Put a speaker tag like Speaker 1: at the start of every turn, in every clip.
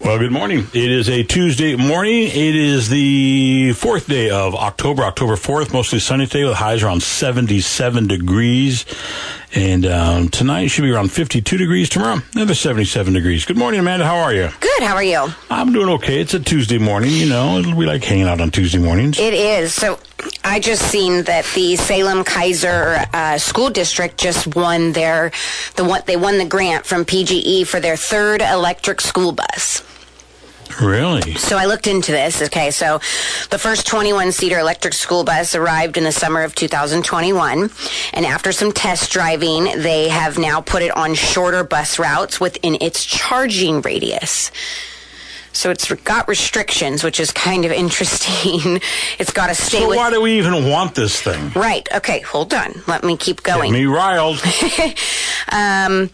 Speaker 1: good morning. It is a Tuesday morning. It is the fourth day of October, October 4th, mostly sunny today with highs around 77 degrees. And um, tonight should be around 52 degrees. Tomorrow, another 77 degrees. Good morning, Amanda. How are you?
Speaker 2: Good. How are you?
Speaker 1: I'm doing okay. It's a Tuesday morning, you know. We like hanging out on Tuesday mornings.
Speaker 2: It is. So I just seen that the Salem Kaiser uh, School District just won their the one they won the grant from PGE for their third electric school bus.
Speaker 1: Really?
Speaker 2: So I looked into this. Okay, so the first 21 seater electric school bus arrived in the summer of 2021. And after some test driving, they have now put it on shorter bus routes within its charging radius. So it's got restrictions, which is kind of interesting. it's got to stay
Speaker 1: So
Speaker 2: with.
Speaker 1: why do we even want this thing?
Speaker 2: Right. Okay. Hold on. Let me keep going.
Speaker 1: Me riled.
Speaker 2: Um,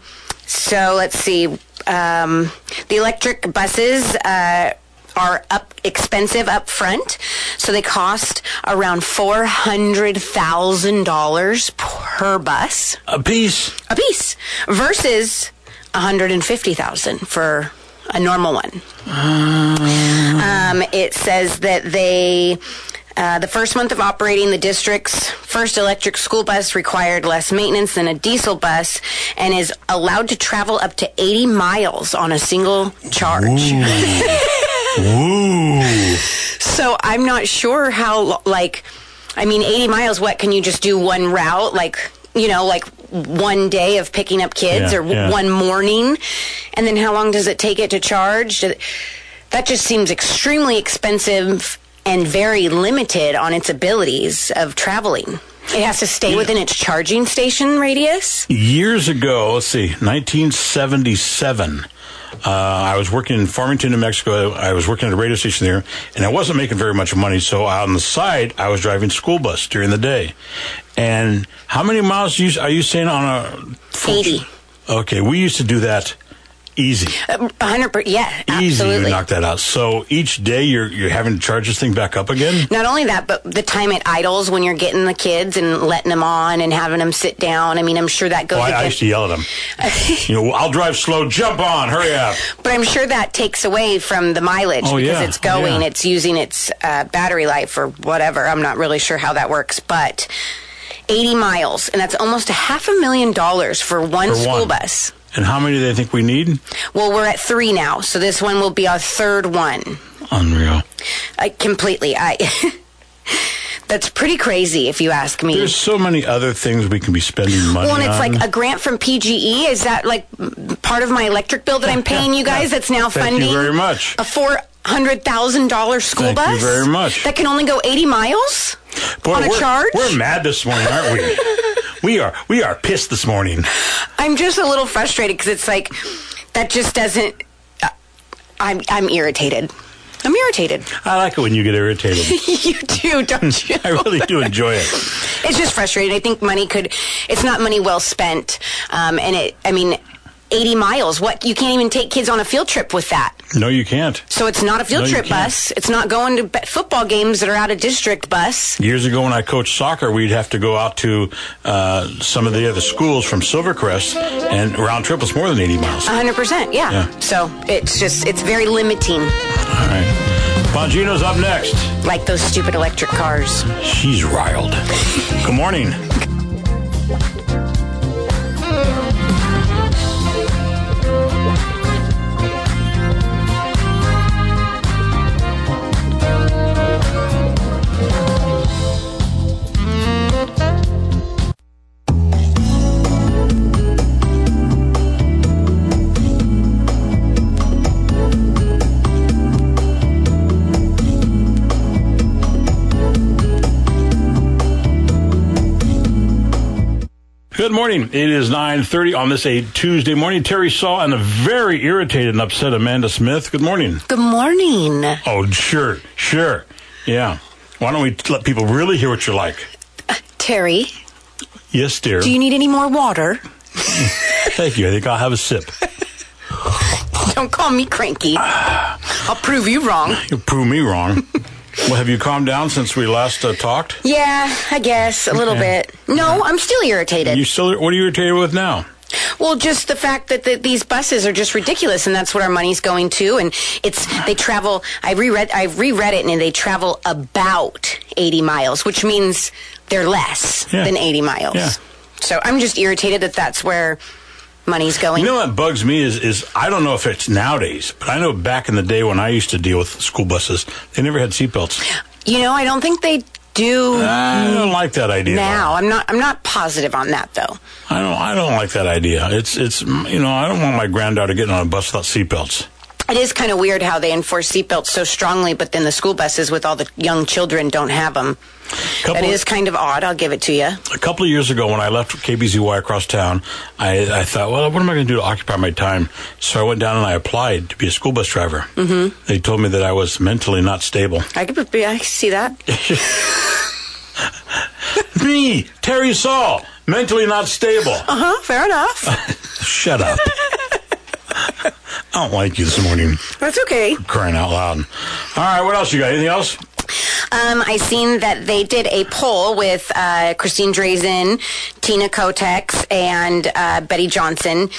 Speaker 2: so let's see. Um, the electric buses uh, are up expensive up front, so they cost around four hundred thousand dollars per bus
Speaker 1: A piece.
Speaker 2: a piece versus one hundred and fifty thousand for a normal one. Um, it says that they. Uh, the first month of operating the district's first electric school bus required less maintenance than a diesel bus and is allowed to travel up to 80 miles on a single charge.
Speaker 1: Ooh.
Speaker 2: So I'm not sure how, lo- like, I mean, 80 miles, what can you just do one route? Like, you know, like one day of picking up kids
Speaker 1: Yeah,
Speaker 2: or w-
Speaker 1: yeah.
Speaker 2: one morning? And then how long does it take it to charge? Do- That just seems extremely expensive and very limited on its abilities of traveling. It has to stay within its charging station radius.
Speaker 1: years ago, let's see, 1977. Uh, I was working in Farmington, New Mexico. I was working at a radio station there, and I wasn't making very much money. So on the side, I was driving school bus during the day. And how many miles do you, are you saying on a?
Speaker 2: 80.
Speaker 1: Okay, we used to do that easy.
Speaker 2: Uh, 100%. Yeah,
Speaker 1: Easy,
Speaker 2: absolutely.
Speaker 1: you knock that out. So each day you're you're having to charge this thing back up again.
Speaker 2: Not only that, but the time it idles when you're getting the kids and letting them on and having them sit down. I mean, I'm sure that goes.
Speaker 1: Oh, I, I used
Speaker 2: against,
Speaker 1: to yell at them. you know, I'll drive slow. Jump on, hurry up.
Speaker 2: but I'm sure that takes away from the mileage
Speaker 1: Oh,
Speaker 2: because
Speaker 1: yeah.
Speaker 2: it's going,
Speaker 1: Oh, yeah.
Speaker 2: it's using its uh, battery life or whatever. I'm not really sure how that works, but 80 miles, and that's almost a half a million dollars for one
Speaker 1: For
Speaker 2: school
Speaker 1: one.
Speaker 2: bus.
Speaker 1: And how many do they think we need?
Speaker 2: Well, we're at three now, so this one will be our third one.
Speaker 1: Unreal.
Speaker 2: I completely. I. that's pretty crazy, if you ask me.
Speaker 1: There's so many other things we can be spending money
Speaker 2: Well, and it's
Speaker 1: on.
Speaker 2: like a grant from PGE. Is that like m- part of my electric bill that I'm paying you guys? That's now
Speaker 1: Thank
Speaker 2: funding
Speaker 1: you very much.
Speaker 2: a four hundred thousand dollar school
Speaker 1: Thank you
Speaker 2: bus.
Speaker 1: very much.
Speaker 2: That can only go eighty miles.
Speaker 1: Boy,
Speaker 2: on a
Speaker 1: we're,
Speaker 2: charge?
Speaker 1: We're mad this morning, aren't we? we are. We are pissed this morning.
Speaker 2: I'm just a little frustrated because it's like that just doesn't. uh, I'm I'm irritated. I'm irritated.
Speaker 1: I like it when you get irritated.
Speaker 2: you do, don't you?
Speaker 1: I really do enjoy it.
Speaker 2: It's just frustrating. I think money could. It's not money well spent, um, and it. I mean. 80 miles. What? You can't even take kids on a field trip with that.
Speaker 1: No, you can't.
Speaker 2: So it's not a field
Speaker 1: No, you
Speaker 2: trip
Speaker 1: can't.
Speaker 2: bus. It's not going to be- football games that are out of district bus.
Speaker 1: Years ago, when I coached soccer, we'd have to go out to uh, some of the other schools from Silvercrest, and round trip was more than 80 miles.
Speaker 2: 100%. Yeah.
Speaker 1: Yeah.
Speaker 2: So it's just, it's very limiting,
Speaker 1: All right. Bongino's up next.
Speaker 2: like those stupid electric cars.
Speaker 1: She's riled. Good morning. Good morning. It is 9.30 on this a Tuesday morning. Terry Saw and a very irritated and upset Amanda Smith. Good morning.
Speaker 2: Good morning.
Speaker 1: Oh, sure, sure. Yeah. Why don't we let people really hear what you're like?
Speaker 2: Terry,
Speaker 1: Yes, dear.
Speaker 2: do you need any more water?
Speaker 1: Thank you. I think I'll have a sip.
Speaker 2: Don't call me cranky. I'll prove you wrong.
Speaker 1: You prove me wrong. well, have you calmed down since we last uh, talked?
Speaker 2: Yeah, I guess a little
Speaker 1: Okay.
Speaker 2: bit. No, I'm still irritated.
Speaker 1: You still, what are you irritated with now?
Speaker 2: Well, just the fact that the, these buses are just ridiculous, and that's what our money's going to. And it's they travel. I reread. I reread it, and they travel about eighty miles, which means they're less
Speaker 1: Yeah.
Speaker 2: than eighty miles.
Speaker 1: Yeah.
Speaker 2: So I'm just irritated that that's where money's going.
Speaker 1: You know what bugs me is is I don't know if it's nowadays, but I know back in the day when I used to deal with school buses, they never had seatbelts.
Speaker 2: You know, I don't think they do
Speaker 1: Ah, I don't like that idea.
Speaker 2: now. I'm not. I'm not positive on that though.
Speaker 1: I don't. I don't like that idea. It's it's you know I don't want my granddaughter getting on a bus without seatbelts.
Speaker 2: It is kind of weird how they enforce seatbelts so strongly, but then the school buses with all the young children don't have them. That
Speaker 1: Couple-
Speaker 2: is kind of odd. I'll give it to you.
Speaker 1: a couple of years ago when I left KBZY across town, I, I thought, well, what am I going to do to occupy my time? So I went down and I applied to be a school bus driver. Mm-hmm. They told me that I was mentally not stable.
Speaker 2: I could be, I could see that.
Speaker 1: Me, Terry Saul, mentally not stable.
Speaker 2: Uh huh. Fair enough.
Speaker 1: Shut up. I don't like you this morning,
Speaker 2: That's okay.
Speaker 1: crying out loud. All right, what else you got? Anything else?
Speaker 2: Um, I seen that they did a poll with uh, Christine Drazen, Tina Kotex, and uh, Betty Johnson,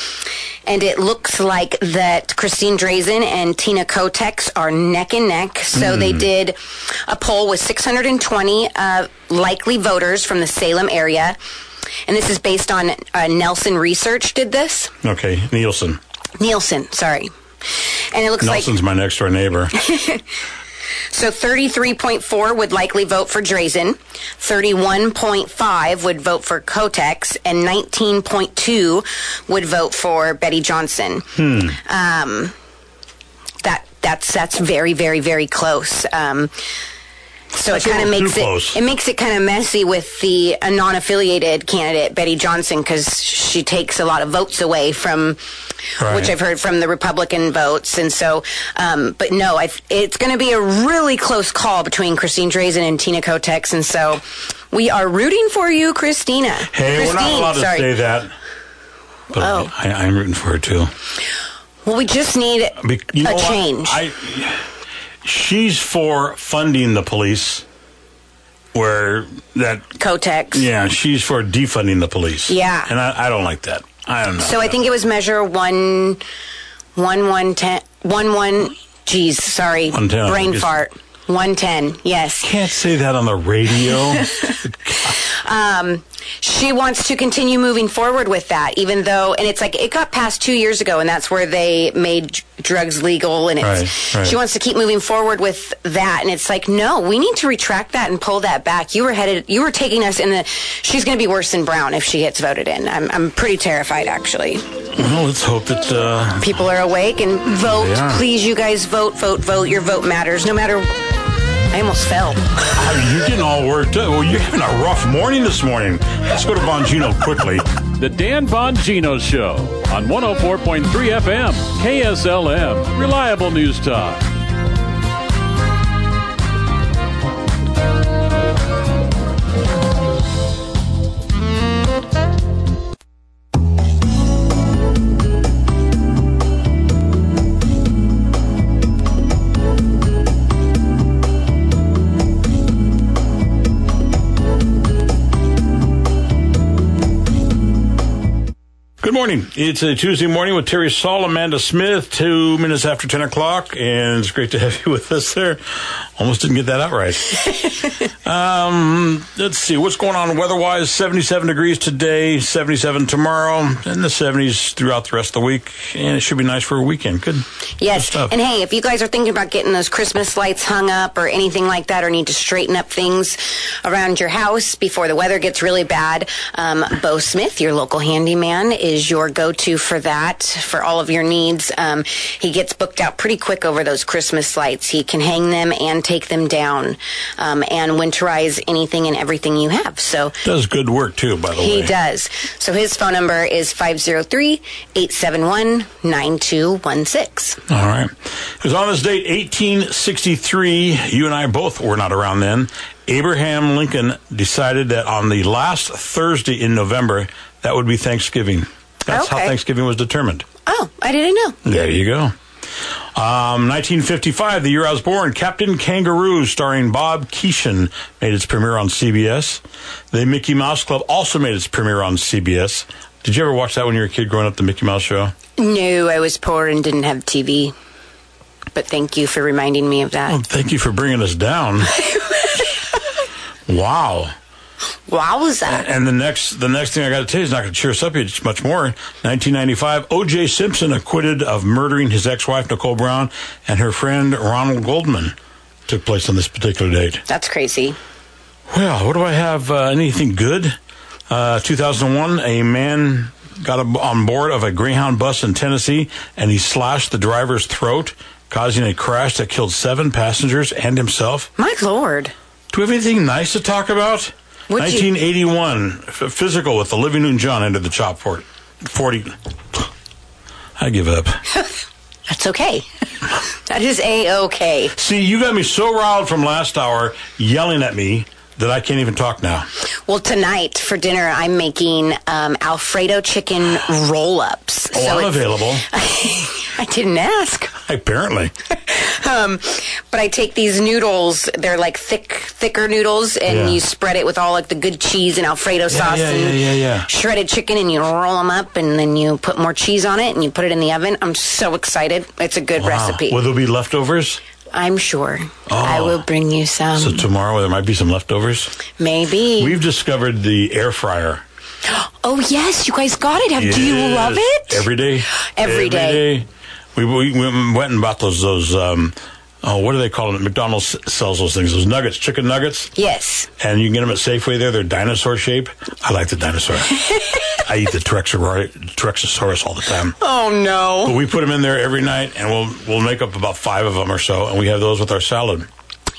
Speaker 2: and it looks like that Christine Drazen and Tina Kotex are neck and neck. So they did a poll with 620 uh, likely voters from the Salem area, and this is based on uh, Nelson Research did this.
Speaker 1: Okay, Nielsen.
Speaker 2: Nielsen, sorry. And it looks like
Speaker 1: Nelson's my next door neighbor.
Speaker 2: So 33.4 would likely vote for Drazen, 31.5 would vote for Kotex, and 19.2 would vote for Betty Johnson. Um,
Speaker 1: Hmm.
Speaker 2: that that's that's very very very close. Um, so it
Speaker 1: a
Speaker 2: kind of
Speaker 1: little
Speaker 2: makes
Speaker 1: too
Speaker 2: it
Speaker 1: close.
Speaker 2: it makes it kind of messy with the uh, non-affiliated candidate Betty Johnson because she takes a lot of votes away from
Speaker 1: Right.
Speaker 2: which I've heard from the Republican votes, and so um, but no, I, it's going to be a really close call between Christine Drazen and Tina Kotex, and so we are rooting for you, Christina.
Speaker 1: Hey, we're not
Speaker 2: Christine,
Speaker 1: allowed to
Speaker 2: sorry.
Speaker 1: say that. But
Speaker 2: Oh.
Speaker 1: I, I'm rooting for her too.
Speaker 2: Well, we just need
Speaker 1: Be- you know
Speaker 2: a
Speaker 1: what?
Speaker 2: change.
Speaker 1: I, she's for funding the police, where that
Speaker 2: Kotex.
Speaker 1: yeah, she's for defunding the police.
Speaker 2: Yeah.
Speaker 1: and I, I don't like that. I don't know.
Speaker 2: So I think it was measure one, one, one, ten, one, one. Geez, sorry,
Speaker 1: 110, I
Speaker 2: brain
Speaker 1: think it's-
Speaker 2: fart. One ten. Yes.
Speaker 1: can't say that on the radio.
Speaker 2: Um, she wants to continue moving forward with that, even though, and it's like it got passed two years ago, and that's where they made dr- drugs legal, and it's
Speaker 1: Right, right.
Speaker 2: she wants to keep moving forward with that, and it's like no, we need to retract that and pull that back. You were headed, you were taking us in the. She's going to be worse than Brown if she gets voted in. I'm, I'm pretty terrified actually.
Speaker 1: well, let's hope that uh,
Speaker 2: People are awake and vote,
Speaker 1: They are.
Speaker 2: please, you guys vote, vote, vote. Your vote matters, no matter. I almost fell.
Speaker 1: you're getting all worked up. Well, you're having a rough morning this morning. Let's go to Bongino quickly.
Speaker 3: The Dan Bongino Show on 104.3 FM, KSLM, Reliable News Talk.
Speaker 1: Good morning. It's a Tuesday morning with Terry Saul, Amanda Smith, two minutes after 10 o'clock, and it's great to have you with us there. Almost didn't get that out right. um, let's see, what's going on weather wise? 77 degrees today, 77 tomorrow, and the 70s throughout the rest of the week, and it should be nice for a weekend. Good.
Speaker 2: Yes.
Speaker 1: stuff.
Speaker 2: And hey, if you guys are thinking about getting those Christmas lights hung up or anything like that, or need to straighten up things around your house before the weather gets really bad, um, Bo Smith, your local handyman, is your go to for that, for all of your needs. Um, he gets booked out pretty quick over those Christmas lights. He can hang them and take them down um, and winterize anything and everything you have. So
Speaker 1: Does good work too, by the
Speaker 2: he
Speaker 1: way.
Speaker 2: does. So his phone number is 503 871 9216.
Speaker 1: All right. It was on this date, 1863. You and I both were not around then. Abraham Lincoln decided that on the last Thursday in November, that would be Thanksgiving. That's how
Speaker 2: Okay.
Speaker 1: Thanksgiving was determined.
Speaker 2: Oh, I didn't know.
Speaker 1: There you go. Um, 1955, the year I was born, Captain Kangaroo, starring Bob Keeshan, made its premiere on CBS. The Mickey Mouse Club also made its premiere on CBS. Did you ever watch that when you were a kid growing up, the Mickey Mouse show?
Speaker 2: No, I was poor and didn't have TV. But thank you for reminding me of that.
Speaker 1: Well, thank you for bringing us down. wow.
Speaker 2: Wowza.
Speaker 1: And the next, the next thing I got to tell you is not going to cheer us up yet, much more. 1995, O.J. Simpson acquitted of murdering his ex-wife Nicole Brown and her friend Ronald Goldman. Took place on this particular date.
Speaker 2: That's crazy.
Speaker 1: Well, what do I have? Uh, anything good? Uh, 2001, a man got ab on board of a Greyhound bus in Tennessee and he slashed the driver's throat, causing a crash that killed seven passengers and himself.
Speaker 2: My lord.
Speaker 1: Do we have anything nice to talk about?
Speaker 2: Would you-
Speaker 1: 1981, f- physical with the Living Newton John into the chop fort. 40. I give up.
Speaker 2: That's okay. that is a okay.
Speaker 1: See, you got me so riled from last hour yelling at me that I can't even talk now.
Speaker 2: Well, tonight for dinner, I'm making um, Alfredo chicken roll ups.
Speaker 1: Oh, I'm available.
Speaker 2: I didn't ask.
Speaker 1: Apparently.
Speaker 2: Um, but I take these noodles. They're like thick, thicker noodles, and
Speaker 1: Yeah.
Speaker 2: you spread it with all like the good cheese and Alfredo sauce
Speaker 1: yeah,
Speaker 2: and
Speaker 1: yeah, yeah, yeah.
Speaker 2: shredded chicken, and you roll them up, and then you put more cheese on it, and you put it in the oven. I'm so excited! It's a good
Speaker 1: Wow.
Speaker 2: recipe.
Speaker 1: Will there be leftovers?
Speaker 2: I'm sure I will bring you some.
Speaker 1: Oh. So tomorrow there might be some leftovers.
Speaker 2: Maybe.
Speaker 1: We've discovered the air fryer.
Speaker 2: oh yes, you guys got it. Have, Do you
Speaker 1: Yes.
Speaker 2: love it?
Speaker 1: Every day.
Speaker 2: Every day.
Speaker 1: We, we we went and bought those those um oh what do they call them? McDonald's sells those things, those nuggets, chicken nuggets,
Speaker 2: yes.
Speaker 1: and you can get them at Safeway there. They're dinosaur shape. I like the dinosaur. I eat the Terexor- Terexosaurus all the time.
Speaker 2: Oh no.
Speaker 1: But we put them in there every night, and we'll we'll make up about five of them or so, and we have those with our salad.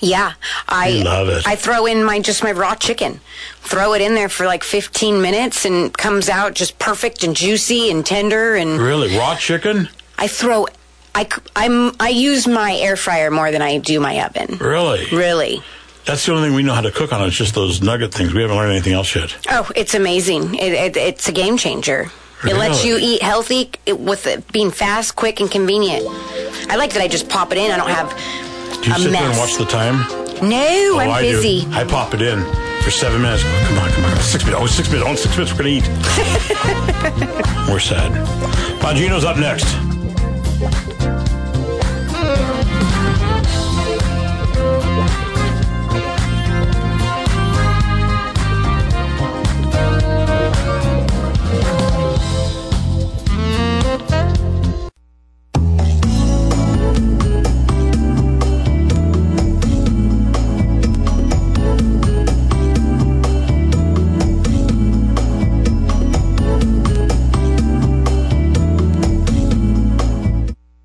Speaker 2: Yeah, I
Speaker 1: You love it.
Speaker 2: I throw in my just my raw chicken, throw it in there for like 15 minutes, and it comes out just perfect and juicy and tender. And
Speaker 1: Really, raw chicken?
Speaker 2: I throw, I c- I'm I use my air fryer more than I do my oven.
Speaker 1: Really?
Speaker 2: Really.
Speaker 1: That's the only thing we know how to cook on. It's just those nugget things. We haven't learned anything else yet.
Speaker 2: Oh, it's amazing. It, it, it's a game changer. It lets you
Speaker 1: Really?
Speaker 2: eat healthy it, with it being fast, quick, and convenient. I like that I just pop it in. I don't have
Speaker 1: Do you
Speaker 2: a
Speaker 1: sit
Speaker 2: mess.
Speaker 1: there and watch the time?
Speaker 2: no,
Speaker 1: Oh,
Speaker 2: I'm
Speaker 1: I do.
Speaker 2: busy.
Speaker 1: I pop it in for seven minutes. Come on, come on. Six minutes. Oh, six minutes. Only six minutes. We're going to eat. We're sad. Bongino's up next.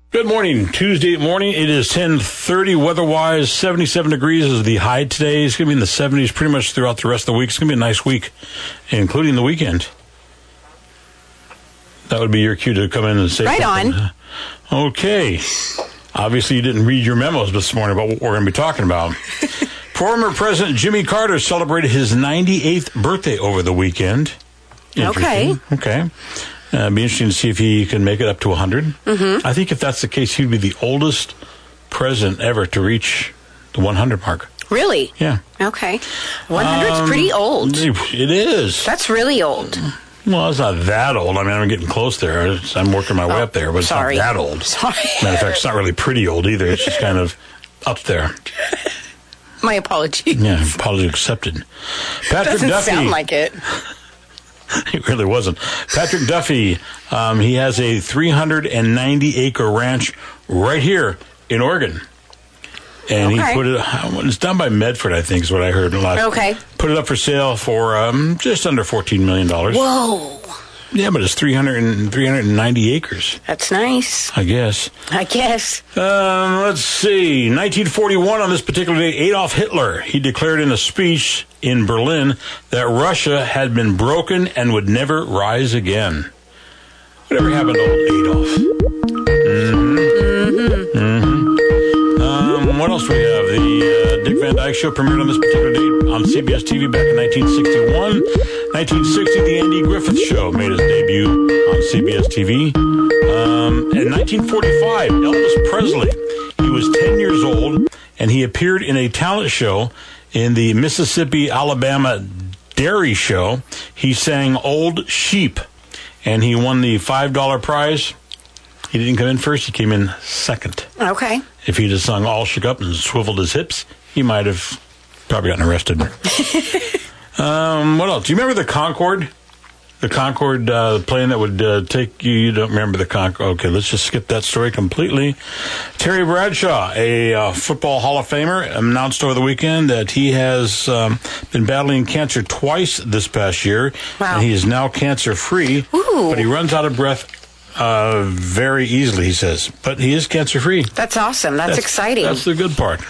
Speaker 1: Good morning. Tuesday morning. It is 1030 weather-wise. 77 degrees is the high today. It's going to be in the 70s pretty much throughout the rest of the week. It's going to be a nice week, including the weekend. That would be your cue to come in and say
Speaker 2: Right
Speaker 1: something.
Speaker 2: on.
Speaker 1: Okay. Obviously, you didn't read your memos this morning about what we're going to be talking about. Former President Jimmy Carter celebrated his 98th birthday over the weekend. Interesting. Okay. Uh, it'd be interesting to see if he can make it up to 100. Mm-hmm. I think if that's the case, he'd be the oldest president ever to reach the 100 mark.
Speaker 2: Really?
Speaker 1: Yeah.
Speaker 2: Okay. 100's
Speaker 1: Um,
Speaker 2: pretty old.
Speaker 1: It is.
Speaker 2: That's really old.
Speaker 1: Well, it's not that old. I mean, I'm getting close there. It's- I'm working my way up there, but it's
Speaker 2: Oh, sorry.
Speaker 1: not that old.
Speaker 2: Sorry.
Speaker 1: Matter of fact, it's not really pretty old either. It's just kind of up there.
Speaker 2: My apology.
Speaker 1: Yeah, apology accepted. Patrick
Speaker 2: Doesn't
Speaker 1: Duffy.
Speaker 2: sound like it.
Speaker 1: it really wasn't. Patrick Duffy, um, he has a 390 acre ranch right here in Oregon. And
Speaker 2: Okay.
Speaker 1: he put it, uh, it's done by Medford, I think, is what I heard last.
Speaker 2: Okay.
Speaker 1: Put it up for sale for um, just under $14 million.
Speaker 2: Whoa.
Speaker 1: Yeah, but it's 300 and, 390 acres,
Speaker 2: That's nice.
Speaker 1: I guess.
Speaker 2: I guess.
Speaker 1: Um, let's see. 1941, on this particular day, Adolf Hitler he declared in a speech in Berlin that Russia had been broken and would never rise again. Whatever happened to old Adolf? Mm-hmm. Mm-hmm. Um, what else do we have? The uh, Dick Van Dyke Show premiered on this particular date on CBS TV back in 1961. 1960, The Andy Griffith Show made its debut on CBS TV. Um, in 1945, Elvis Presley. He was 10 years old, and he appeared in a talent show in the Mississippi Alabama Dairy Show. He sang "Old Sheep," and he won the five dollar prize. He didn't come in first; he came in second.
Speaker 2: Okay.
Speaker 1: If he'd have sung "All Shook Up" and swiveled his hips, he might have probably gotten arrested. um, what else? Do you remember the Concorde? The Concorde uh, plane that would uh, take you. You don't remember the Concorde? Okay, let's just skip that story completely. Terry Bradshaw, a uh, football Hall of Famer, announced over the weekend that he has um, been battling cancer twice this past year,
Speaker 2: Wow.
Speaker 1: and he is now cancer free.
Speaker 2: Ooh.
Speaker 1: But he runs out of breath. Uh, very easily, he says, but he is cancer free.
Speaker 2: That's awesome. That's, exciting.
Speaker 1: That's the good part.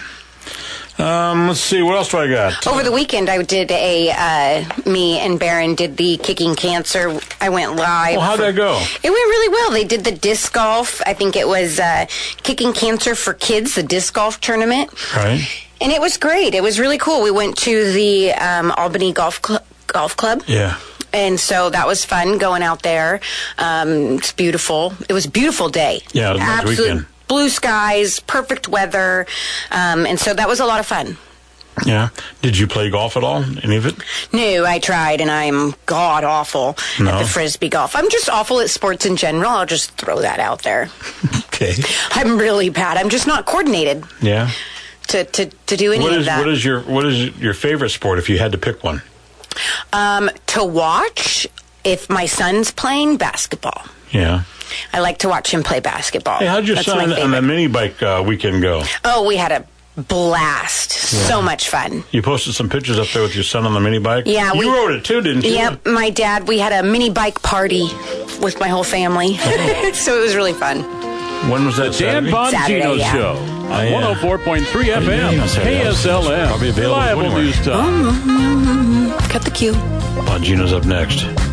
Speaker 1: Um, let's see, what else do I got?
Speaker 2: Over the weekend, I did a uh, me and Baron did the kicking cancer. I went live.
Speaker 1: Well, how'd that go?
Speaker 2: It went really well. They did the disc golf. I think it was uh, kicking cancer for kids, the disc golf tournament,
Speaker 1: Right.
Speaker 2: and it was great. It was really cool. We went to the um, Albany Golf Cl- Golf Club.
Speaker 1: Yeah.
Speaker 2: And so that was fun going out there. Um, it's beautiful. It was a beautiful day.
Speaker 1: Yeah, it was a nice
Speaker 2: Absolute
Speaker 1: weekend.
Speaker 2: blue skies, perfect weather, um, and so that was a lot of fun.
Speaker 1: Yeah. Did you play golf at all? Any of it?
Speaker 2: No, I tried, and I'm god awful
Speaker 1: No.
Speaker 2: at the frisbee golf. I'm just awful at sports in general. I'll just throw that out there.
Speaker 1: Okay.
Speaker 2: I'm really bad. I'm just not coordinated
Speaker 1: Yeah.
Speaker 2: to to, to do any
Speaker 1: What
Speaker 2: of
Speaker 1: is
Speaker 2: that.
Speaker 1: what is your what is your favorite sport if you had to pick one?
Speaker 2: um, to watch if my son's playing basketball.
Speaker 1: Yeah.
Speaker 2: I like to watch him play basketball.
Speaker 1: Hey, how'd your
Speaker 2: That's my
Speaker 1: son on
Speaker 2: favorite.
Speaker 1: the mini bike uh, weekend go?
Speaker 2: Oh, we had a blast. So much fun.
Speaker 1: You posted some pictures up there with your son on the mini bike.
Speaker 2: Yeah,
Speaker 1: you
Speaker 2: we-
Speaker 1: rode it too, didn't you?
Speaker 2: Yep, my dad, we had a mini bike party with my whole family. so it was really fun.
Speaker 1: When was that?
Speaker 3: Dan
Speaker 1: Saturday?
Speaker 2: Saturday,
Speaker 3: Bongino
Speaker 2: yeah.
Speaker 3: Show on
Speaker 1: Oh, yeah.
Speaker 3: 104.3
Speaker 1: yeah, yeah,
Speaker 3: FM,
Speaker 1: on Saturday. Probably
Speaker 3: KSLM,
Speaker 1: available
Speaker 3: reliable
Speaker 1: anywhere.
Speaker 3: news talk.
Speaker 2: Cut the cue.
Speaker 1: Bongino's up next.